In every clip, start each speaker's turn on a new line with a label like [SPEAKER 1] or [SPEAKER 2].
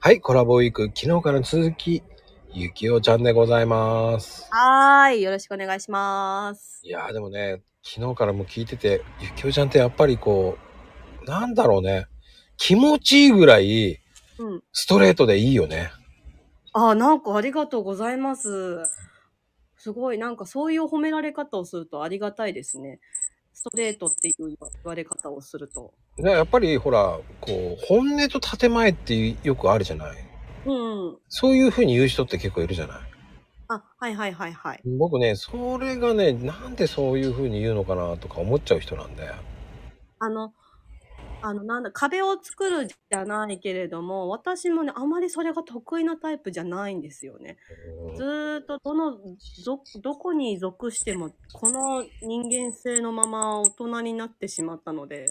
[SPEAKER 1] はい、コラボウィーク、昨日からの続き、ゆきおちゃんでございます。
[SPEAKER 2] はーい。よろしくお願いします。
[SPEAKER 1] いやーでもね、昨日からも聞いてて、ゆきおちゃんってやっぱりこう、なんだろうね、気持ちいいぐらい
[SPEAKER 2] うん。
[SPEAKER 1] ストレートでいいよね。
[SPEAKER 2] あー、なんかありがとうございます。すごい、なんかそういう褒められ方をするとありがたいですね。ストレートっていう言われ方をすると。
[SPEAKER 1] ねやっぱりほら、こう、本音と建前ってよくあるじゃない。
[SPEAKER 2] うん。
[SPEAKER 1] そういうふうに言う人って結構いるじゃない。
[SPEAKER 2] あ、はいはいはいはい。
[SPEAKER 1] 僕ね、それがね、なんでそういうふうに言うのかなとか思っちゃう人なんで。
[SPEAKER 2] あの、あの、なんだ、壁を作るじゃないけれども、私もね、あまりそれが得意なタイプじゃないんですよね。ずーっとどのどどこに属してもこの人間性のまま大人になってしまったので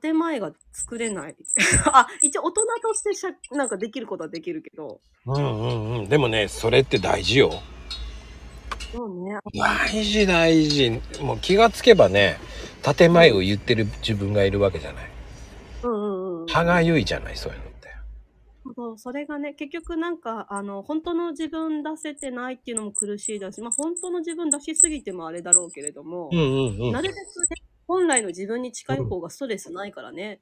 [SPEAKER 2] 建前が作れない あ一応大人としてしゃなんかできることはできるけど
[SPEAKER 1] うんうんうん。でもね、それって大事よ。
[SPEAKER 2] そうね
[SPEAKER 1] 大事大事もう気がつけばね建前を言ってる自分がいるわけじゃない
[SPEAKER 2] うんうんうん
[SPEAKER 1] 歯がゆいじゃないそういうのって
[SPEAKER 2] そうそれがね結局なんかあの本当の自分出せてないっていうのも苦しいだしまあ本当の自分出しすぎてもあれだろうけれども、
[SPEAKER 1] んうん
[SPEAKER 2] なるべくね本来の自分に近い方がストレスないからね、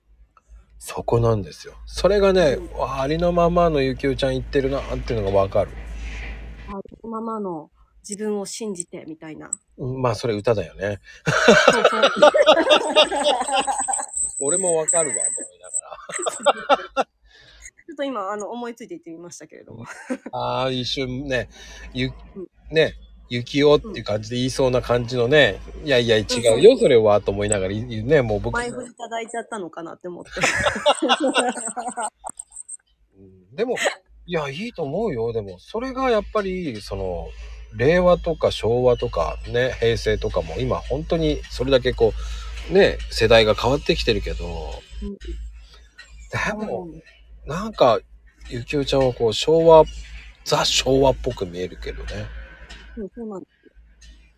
[SPEAKER 1] そこなんですよそれがねわあありのままのゆきおちゃん言ってるなっていうのがわかる、
[SPEAKER 2] あのままの自分を信じてみたいな
[SPEAKER 1] うん、まあそれ歌だよね
[SPEAKER 2] そうそう
[SPEAKER 1] 俺もわかるわと思いな
[SPEAKER 2] ちょっと今、あの、思いついて言ってみましたけれども。
[SPEAKER 1] がらあー一瞬ねゆ
[SPEAKER 2] うん
[SPEAKER 1] ねゆきおっていう感じで言いそうな感じのね、いやいや違うよそれはと思いながら言うねもう 僕
[SPEAKER 2] 前振りいただいちゃったのかなって思って。
[SPEAKER 1] うんでも、いや、いいと思うよ。でも、それがやっぱり、その、令和とか昭和とか、ね、平成とかも、今、本当に、それだけこう、ね、世代が変わってきてるけど、
[SPEAKER 2] うん
[SPEAKER 1] でも、なんか、ゆきおちゃんはこう、昭和、ザ昭和っぽく見えるけどね。
[SPEAKER 2] うんそうなんですよ。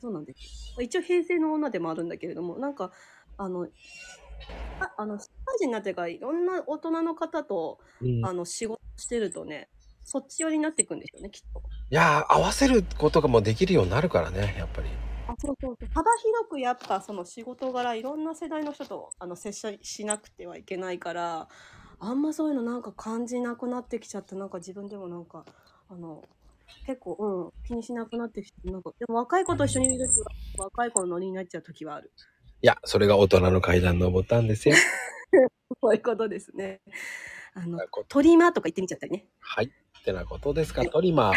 [SPEAKER 2] そうなんですよ。一応平成の女でもあるんだけれども、なんか、あの、ああの、社会人になってからいろんな大人の方と、
[SPEAKER 1] い
[SPEAKER 2] あの、仕事してるとね、そっち寄りになっていくんですよね、きっと。
[SPEAKER 1] やー、合わせることがもうできるようになるからね、やっぱり。
[SPEAKER 2] あそうそうそう幅広くやっぱその仕事柄いろんな世代の人とあの接ししなくてはいけないからあんまそういうのなんか感じなくなってきちゃったなんか自分でもなんかあの結構うん気にしなくなってきてなんかでも若い子と一緒にいる時は若い子のノリになっちゃう時はある
[SPEAKER 1] いや、それが大人の階段登ったんですよ。
[SPEAKER 2] そういうことですねあの
[SPEAKER 1] こ
[SPEAKER 2] トリマーとか言ってみちゃったりね
[SPEAKER 1] はい。ってなことですか、トリマー。